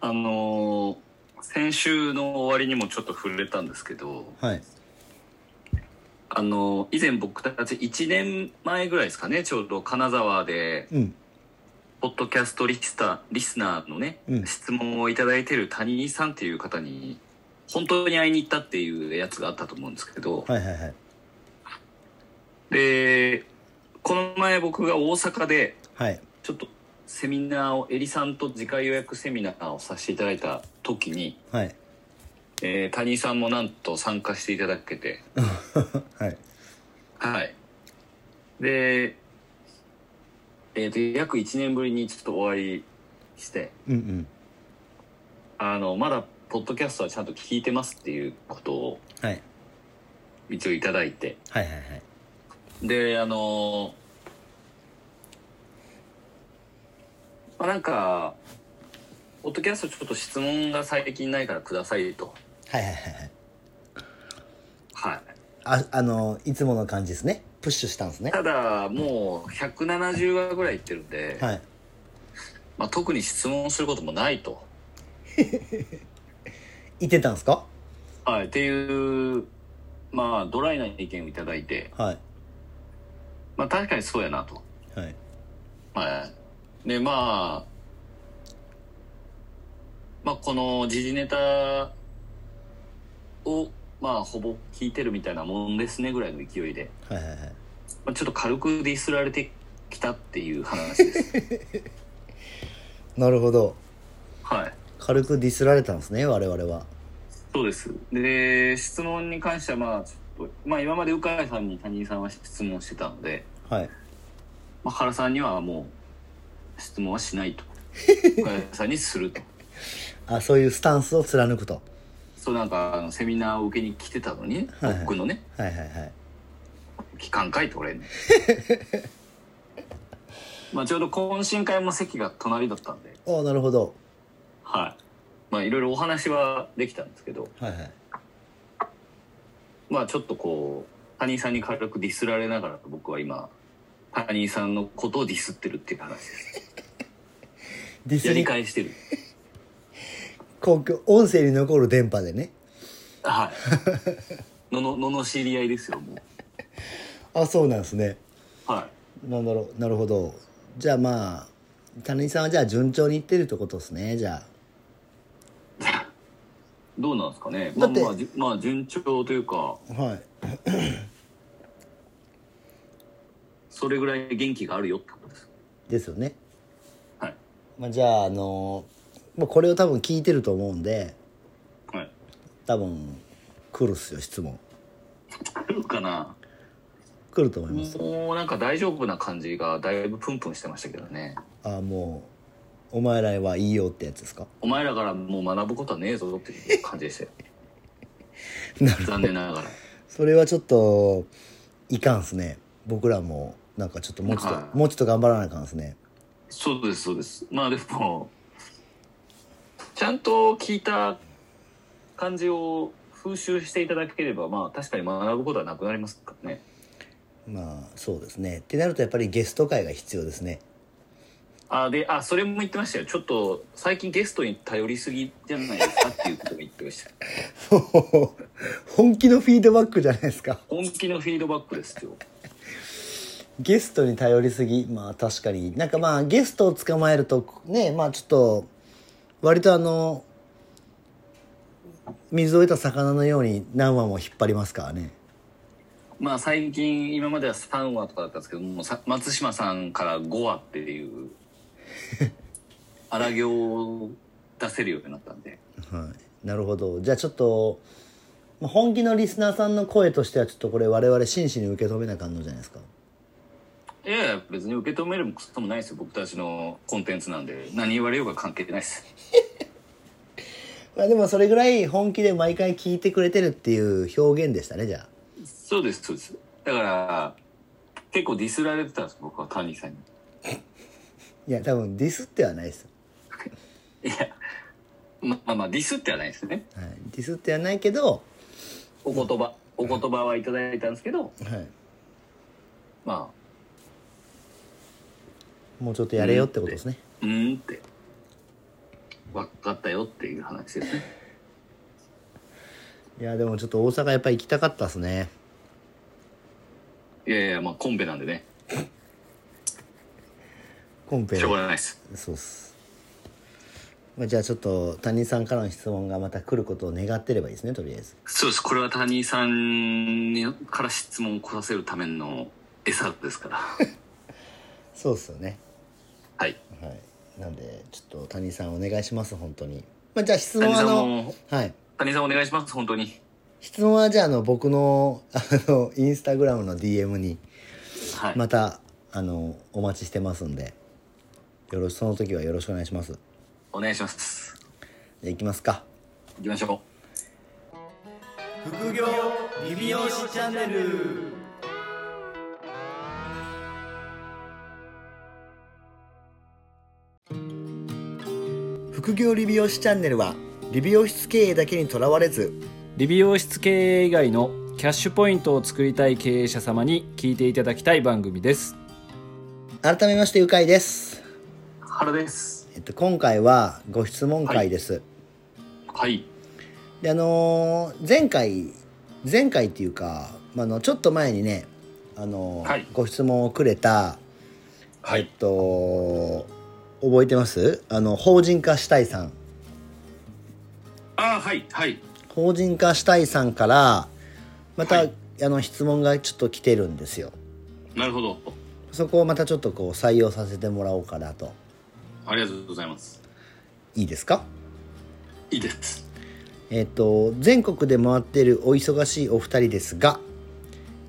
あのー先週の終わりにもちょっと触れたんですけど、はいあのー以前僕たち1年前ぐらいですかね、ちょうど金沢で、うんポッドキャストリスタリスナーのね、うん質問をいただいてる谷井さんっていう方に、本当に会いに行ったっていうやつがあったと思うんですけど、はいはいはいで、この前僕が大阪で、はいちょっとセミナーを、エリさんと次回予約セミナーをさせていただいた時に、はいえー、谷井さんもなんと参加していただけて、はいはい。で、えっ、と、約1年ぶりにちょっとお会いして、うんうんあの、まだ、ポッドキャストはちゃんと聞いてますっていうことをはい一応いただいて、はいはいはいで、あのまあ、なんか、ポッドキャストちょっと質問が最近ないからくださいと。はいはいはいはいはい。ああのいつもの感じですねプッシュしたんですねただ、もう170話ぐらいいってるんで、はいまあ、特に質問することもないと。言ってたんですかはい、っていう、まあ、ドライな意見をいただいて、はいまあ、確かにそうやなと。はいはい。で、まあ、まあ、この時事ネタを、まあ、ほぼ聞いてるみたいなもんですねぐらいの勢いで、はいはいはいまあ、ちょっと軽くディスられてきたっていう話です。なるほどはい。軽くディスられたんですね我々はそうです。で、質問に関しては、まあ、ちょっと、まあ、今まで鵜飼さんに谷井さんは質問してたので、はいまあ、原さんにはもう質問はしないと 岡谷さんにするとあそういうスタンスを貫くとそうなんかあのセミナーを受けに来てたのに、はいはい僕のねはいはいはい期間かいと 俺ねまあちょうど懇親会も席が隣だったんでおなるほどはいまあいろいろお話はできたんですけどはいはいまあちょっとこう谷井さんに軽くディスられながら僕は今谷井さんのことをディスってるっていう話 ですディやスりり返してる公共音声に残る電波でね はいのののの知り合いですよもあそうなんですねうはいなんだろうなるほどじゃあまあ谷井さんはじゃあ順調にいってるってことですねじゃどうなんですかね、まだあ、まあ、ってじゅまあ順調というかあはいそれぐらい元気があるよってことですですよね、はいまあ、じゃああのまあこれを多分聞いてると思うんではい多分来るっすよ質問来るかな来ると思いますもうなんか大丈夫な感じがだいぶプンプンしてましたけどねあもうお前らはいいよってやつですかお前らからもう学ぶことはねえぞっていう感じでしたよ なる残念ながらそれはちょっといかんっすね僕らもなんかちょっともうちょっと、はいもうちょっと頑張らなあかんっすねそうですそうですまあでもちゃんと聞いた感じを風習していただければまあ確かに学ぶことはなくなりますからねまあそうですねってなるとやっぱりゲスト会が必要ですねあであそれも言ってましたよちょっと最近ゲストに頼りすぎじゃないですかっていうことも言ってました本気のフィードバックじゃないですか本気のフィードバックですよゲストに頼りすぎまあ確かになんかまあゲストを捕まえるとねまあちょっと割とあの水を得た魚のように何話も引っ張りますからねまあ最近今までは3話とかだったんですけどもうさ松島さんから5話っていう荒行を出せるようになったんではい、なるほどじゃあちょっとまあ本気のリスナーさんの声としてはちょっとこれ我々真摯に受け止めなあかんのじゃないですかいやいや別に受け止めるもクソもないですよ僕たちのコンテンツなんで何言われようが関係ないですまあでもそれぐらい本気で毎回聞いてくれてるっていう表現でしたねじゃあそうですそうですだから結構ディスられてたんです僕は谷さんにいや多分ディスってはないですよ、いやままあまあディスってはないですねはい、ディスってはないけど、お言葉お言葉はいただいたんですけどはい、まもうちょっとやれよってことですね、あうーんって分かったよっていう話ですね。いやでもちょっと大阪やっぱ行きたかったっすねいやいや、まあコンペなんでね、コンペしょうがないです。そうっす、まあ、じゃあちょっと谷さんからの質問がまた来ることを願ってればいいですねとりあえずそうです。これは谷井さんにから質問を来させるための餌です から。そうっすよねはい。はいなんでちょっと谷さんお願いします本当にまあじゃあ質谷井問はあさんのも、はい谷井さんお願いします、本当に。質問はじゃああの僕のあのインスタグラムの DM にはい。またあのお待ちしてますんでよろしその時はよろしくお願いしますじお願いします。ゃあ行きますか行きましょ副業リビオシチャンネル副業理美容師チャンネルは理美容室経営だけにとらわれず理美容室経営以外のキャッシュポイントを作りたい経営者様に聞いていただきたい番組です改めましてうかいです、う。原です。えっと、今回はご質問会です、はい。であのー前回前回っていうか、まあ、あのちょっと前にね、あのーはいご質問をくれたはえっ。と覚えてますあの法人化したいさんああ、はい、はい。法人化したいさんからまた、はいあの質問がちょっと来てるんですよなるほど。そこをまたちょっとこう採用させてもらおうかなとありがとうございます。いいですかいいです。えっと全国で回ってるお忙しいお二人ですが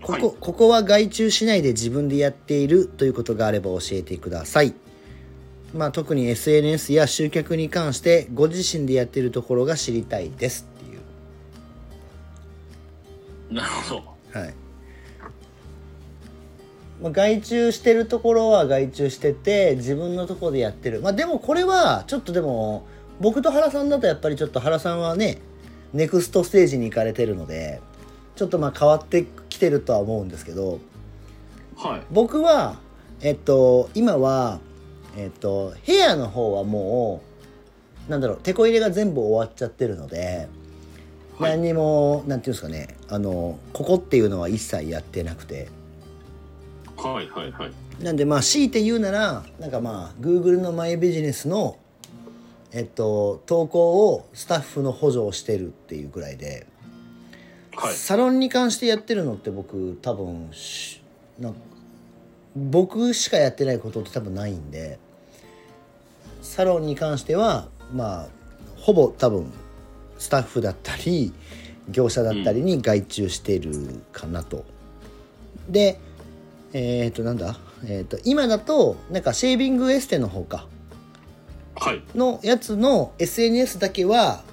ここ,、はいここは外注しないで自分でやっているということがあれば教えてください、まあ、特に SNS や集客に関してご自身でやっているところが知りたいですっていうなるほど。はい、まあ、外注してるところは外注してて自分のところでやってるまあでもこれはちょっとでも僕と原さんだとやっぱりちょっと原さんはねネクストステージに行かれてるのでちょっとまあ変わってきてるとは思うんですけどはい。僕はえっと今はえっとヘアの方はもうなんだろうテこ入れが全部終わっちゃってるので、はい何にもなんていうんですかねあのここっていうのは一切やってなくてはい、はい、はい。なんでまあ強いて言うならなんかまあ Google のマイビジネスのえっと投稿をスタッフの補助をしてるっていうぐらいで、はい。サロンに関してやってるのって僕多分しなんか僕しかやってないことって多分ないんでサロンに関してはまあほぼ多分スタッフだったり業者だったりに外注してるかなと。でえっ、となんだ、えー、と今だとなんかシェービングエステの方かはい。のやつの SNS だけは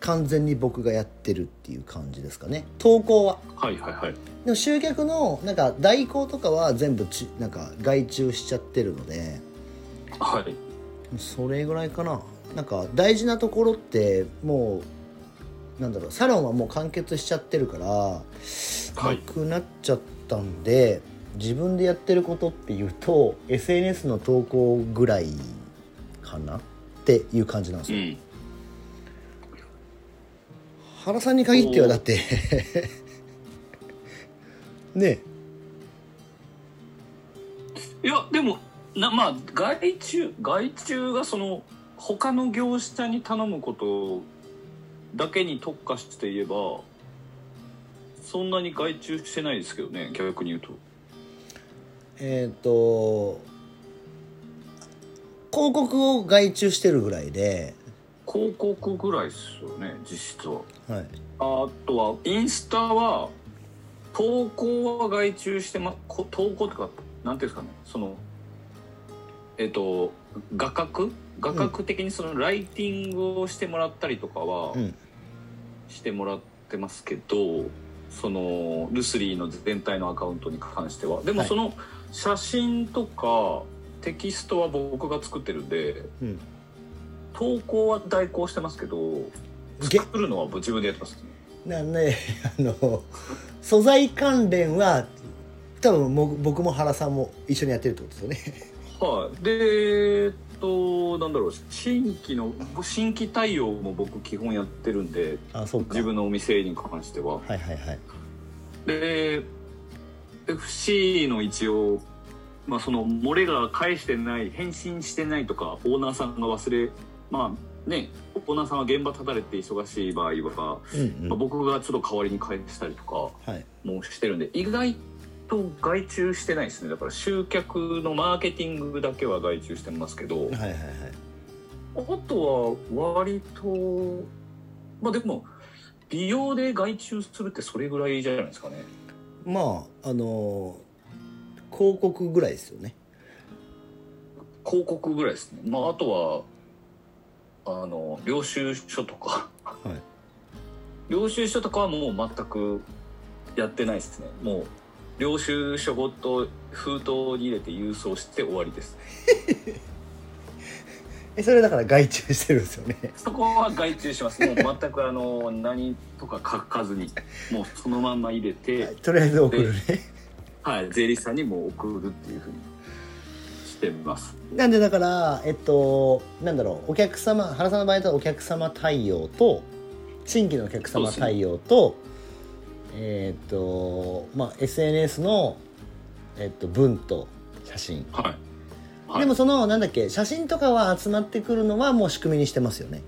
完全に僕がやってるっていう感じですかね投稿は。はい、はい、はい。でも集客のなんか代行とかは全部ちなんか外注しちゃってるのではい。それぐらいかななんか大事なところってもうなんだろうサロンはもう完結しちゃってるから、はいなくなっちゃったんで自分でやってることっていうと SNS の投稿ぐらいかなっていう感じなんですうよ、ん。原さんに限ってはだって ねいやでもなまあ外注外注がその他の業者に頼むことだけに特化して言えばそんなに外注してないですけどね逆に言うとえっ、と広告を外注してるぐらいで、広告ぐらいですよね実質ははい、あとはインスタは投稿は外注して、ま、こ投稿とかなんていうんですかねそのえっと画角画角的にそのライティングをしてもらったりとかは、うんしてもらってますけどそのルスリーの全体のアカウントに関してはでもはいその写真とかテキストは僕が作ってるんでうん、投稿は代行してますけどげ作るのは自分でやってますねなんで あの素材関連は多分も僕も原さんも一緒にやってるってことですよねはい、でえっとなんだろう新規の新規対応も僕基本やってるんであそうか自分のお店に関してははいはいはいで FC の一応、まあ、その漏れが返してない返信してないとかオーナーさんが忘れまあねオーナーさんは現場立たれて忙しい場合は、うんまうあ、ん僕がちょっと代わりに返したりとかはいもしてるんで意外と外注してないですねだから集客のマーケティングだけは外注してますけどはいはいはいあとは割とまあでも美容で外注するってそれぐらいじゃないですかねまああのー広告ぐらいですよね広告ぐらいですねまああとはあの領収書とか、い領収書とかはもう全くやってないですねもう領収書ごと封筒に入れて郵送して終わりですえそれだから外注してるんですよねそこは外注しますもう全くあの何とか書かずにもうそのまんま入れて、はいとりあえず送るね税理士さんにもう送るっていうふうにしてますなんでだからえっとなんだろうお客様原さんの場合だとお客様対応と新規のお客様対応と、えっとまあ SNS のえっと文と写真、はい、はい、でもそのなんだっけ写真とかは集まってくるのはもう仕組みにしてますよね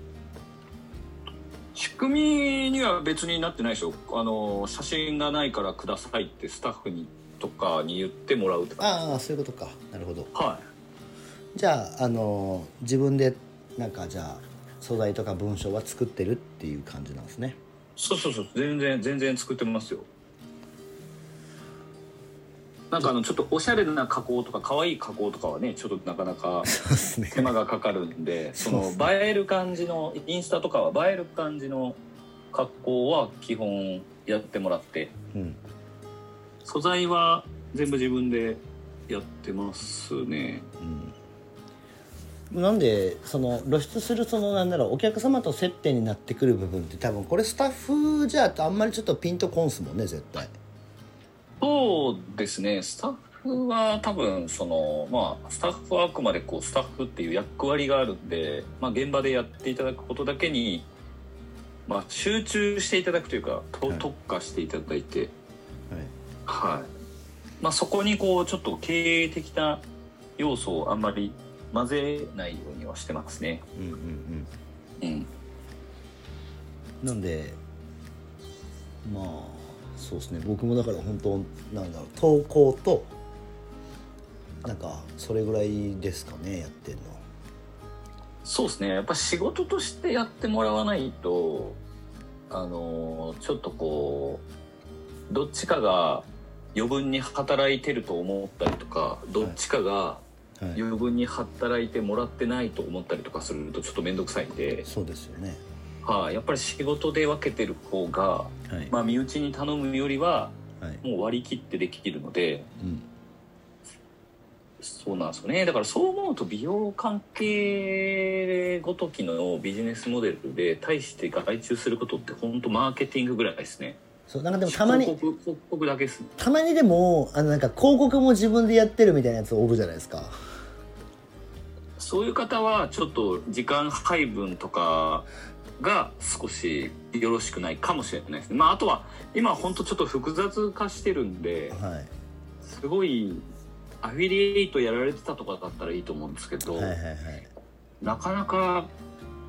仕組みには別になってないでしょあの写真がないからくださいってスタッフにとかに言ってもらうとかああそういうことかなるほどはじゃああの自分でなんかじゃあ素材とか文章は作ってるっていう感じなんですねいそうそうそう全然全然作ってますよなんかあのちょっとおしゃれな加工とか可愛い加工とかはねちょっとなかなかそうですね手間がかかるんでそそうのっす映える感じのインスタとかは映える感じの格好は基本やってもらってうん素材は全部自分でやってますねなんでその露出するそのなんだろうお客様と接点になってくる部分って多分これスタッフじゃあんまりちょっとピンとこんすもんね絶対そうですねスタッフは多分そのまあスタッフはあくまでこうスタッフっていう役割があるんで、まあ、現場でやっていただくことだけに、まあ、集中していただくというかとはい特化していただいて、はいまあ、そこにこうちょっと経営的な要素をあんまり混ぜないようにはしてますね。うんうんうんうん、なんでまあそうですね僕もだから本当なんだろう投稿となんかそれぐらいですかねやってんのそうですねやっぱ仕事としてやってもらわないとあのーちょっとこうどっちかが余分に働いてると思ったりとかどっちかがはい、余分に働いてもらってないと思ったりとかするとちょっと面倒くさいんで、そうですよねはい、やっぱり仕事で分けてる方が、はい、まあ、身内に頼むよりははいもう割り切ってできるのでうん、そうなんですよねだからそう思うと美容関係ごときのビジネスモデルで対して外注することって本当マーケティングぐらいですねそうなんかでもたまに広告広告だけですねたまにでもあのなんか広告も自分でやってるみたいなやつおるじゃないですかそういう方はちょっと時間配分とかが少しよろしくないかもしれないですねまああとは今本当ちょっと複雑化してるんではいすごいアフィリエイトやられてたとかだったらいいと思うんですけど、はいはいはいなかなか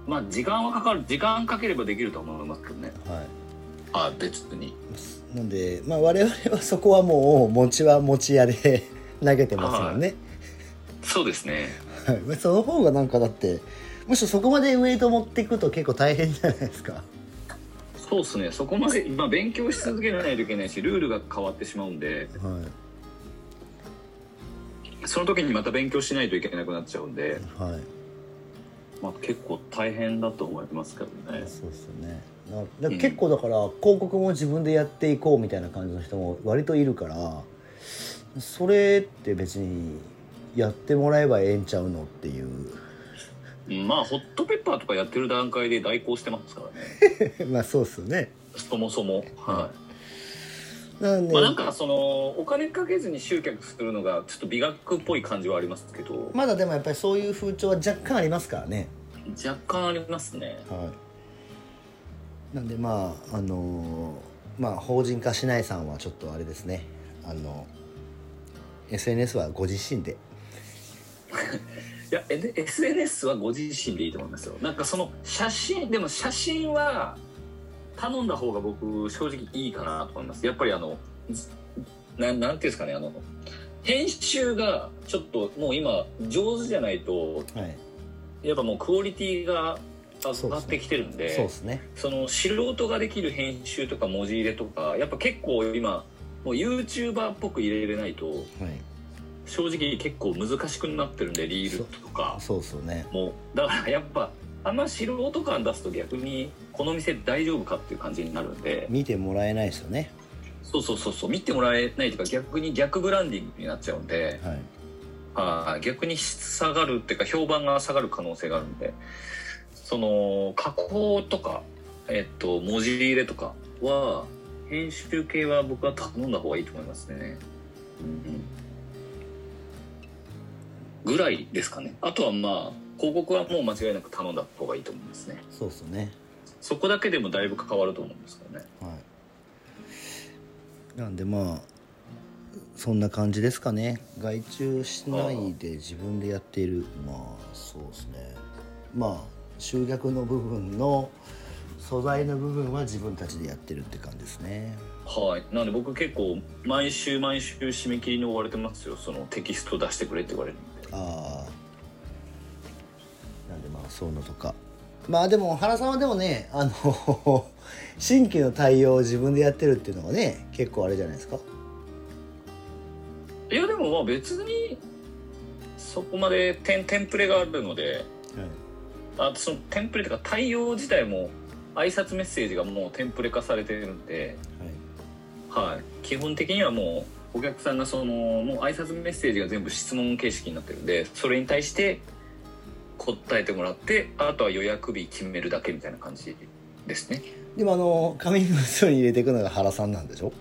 まあ時間はかかる時間かければできると思いますけどねはあ別にいなんでまあ我々はそこはもう餅は餅屋で 投げてますもんね、そうですねはいまあその方がなんかだってむしろそこまでウエイト持っていくと結構大変じゃないですかそうですねそこまで、まあ、勉強し続けないといけないしルールが変わってしまうんではその時にまた勉強しないといけなくなっちゃうんで、いはいまあ、結構大変だと思いますけどねそうですよねなだから結構だから広告も自分でやっていこうみたいな感じの人も割といるからそれって別にやってもらえばええんちゃうのっていううんまあホットペッパーとかやってる段階 で代行してますからねまあそうっすよねそもそもはなんで、まあ、なんかそのお金かけずに集客するのがちょっと美学っぽい感じはありますけど、まだでもやっぱりそういう風潮は若干ありますからね若干ありますねはいなんでまああのーまあ法人化しないさんはちょっとあれですねあの SNS はご自身でいやえで SNS はご自身でいいと思いますよなんかその写真でも写真は頼んだ方が僕正直いいかなと思いますやっぱりあのずななんていうんですかねあの編集がちょっともう今上手じゃないとはいやっぱもうクオリティがす上ねがってきてるんでそうですねその素人ができる編集とか文字入れとかやっぱ結構今もう YouTuber っぽく入れれないとはい正直結構難しくなってるんでリールとかそうっすよねもうだからやっぱあんま素人感出すと逆にこの店大丈夫かっていう感じになるんで見てもらえないですよねそうそうそうそう見てもらえないとか逆に逆ブランディングになっちゃうんではいはい逆に質下がるっていうか評判が下がる可能性があるんでその加工とか、えっと、文字入れとかは編集系は僕は頼んだ方がいいと思いますね。うんうんぐらいですかね。あとはまあ広告はもう間違いなく頼んだ方がいいと思いますね。そうっすよねそこだけでもだいぶ変わると思うんですけどね。はい、なんでまあそんな感じですかね外注しないで自分でやっているまあそうですねまあ集客の部分の素材の部分は自分たちでやってるって感じですねはい。なんで僕結構毎週毎週締め切りに追われてますよ。そのテキスト出してくれって言われるんで。ああなんでまあそういうのとかまあでも原さんはでもねあの 新規の対応を自分でやってるっていうのがね結構あれじゃないですかいやでもまあ別にそこまでテンテンプレがあるのであそのテンプレというか対応自体も挨拶メッセージがもうテンプレ化されてるんで、はいはい、基本的にはもうお客さんがそのもう挨拶メッセージが全部質問形式になってるんでそれに対して答えてもらってあとは予約日決めるだけみたいな感じですねでもあの紙袋に入れていくのが原さんなんでしょ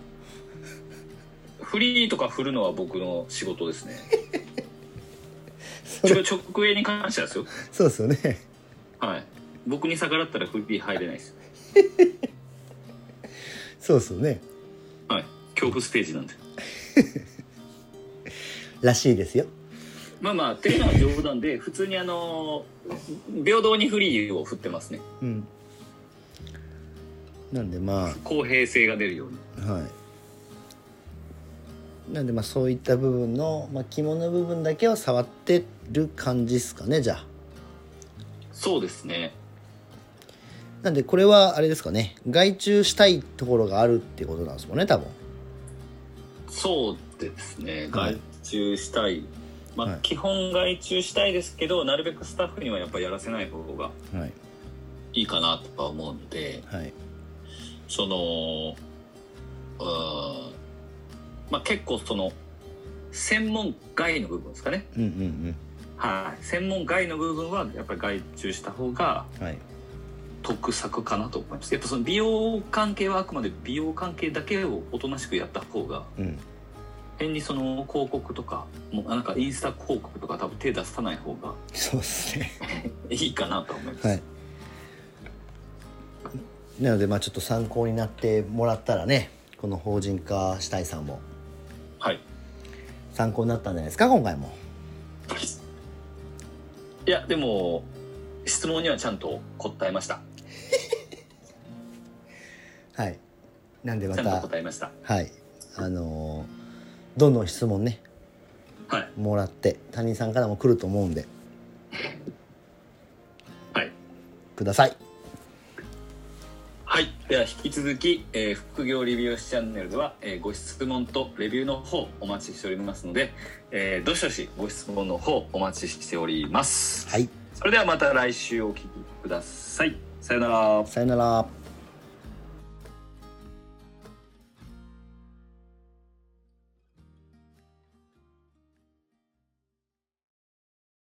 フリーとか振るのは僕の仕事ですねそちれょ直営に関してはですよそうですよねはい僕に逆らったらフリー入れないですそうですよねはい、恐怖ステージなんで。らしいですよまあまあ、っていうのは冗談で、普通にあのー平等にフリーを振ってますね。うんなんでま公平性が出るように。あはいなんでまあそういった部分の、まあ、肝の部分だけは触ってる感じですかねじゃあそうですね。なんでこれはあれですかね外注したいところがあるってことなんですもんね多分そうですね。はい外注したい。まあ、はい基本外注したいですけど、なるべくスタッフにはやっぱやらせない方がはいいいかなとか思うので、はいその、うーん、まあ結構その、専門外の部分ですかね。うんうんはい。専門外の部分はやっぱり外注した方がうんはい得策かなと思いますやっぱその美容関係はあくまで美容関係だけをおとなしくやった方がうん変にその広告とかもうなんかインスタ広告とか多分手出さない方がそうですねいいかなと思います、はい。なので、まあ、ちょっと参考になってもらったらね、この法人化したいさんもはい参考になったんじゃないですか、今回も。いやでも質問にはちゃんと答えましたはい。なんでまちゃんとた、答えましたはい。あのーどんどん質問ね、はいもらって、谷井さんからも来ると思うんで、はいください。はいでは引き続き、えー副業リビューチャンネルでは、えーご質問とレビューの方お待ちしておりますので、えーどしどしご質問の方お待ちしておりますはい。それではまた来週お聞きください。さよなら。さよなら。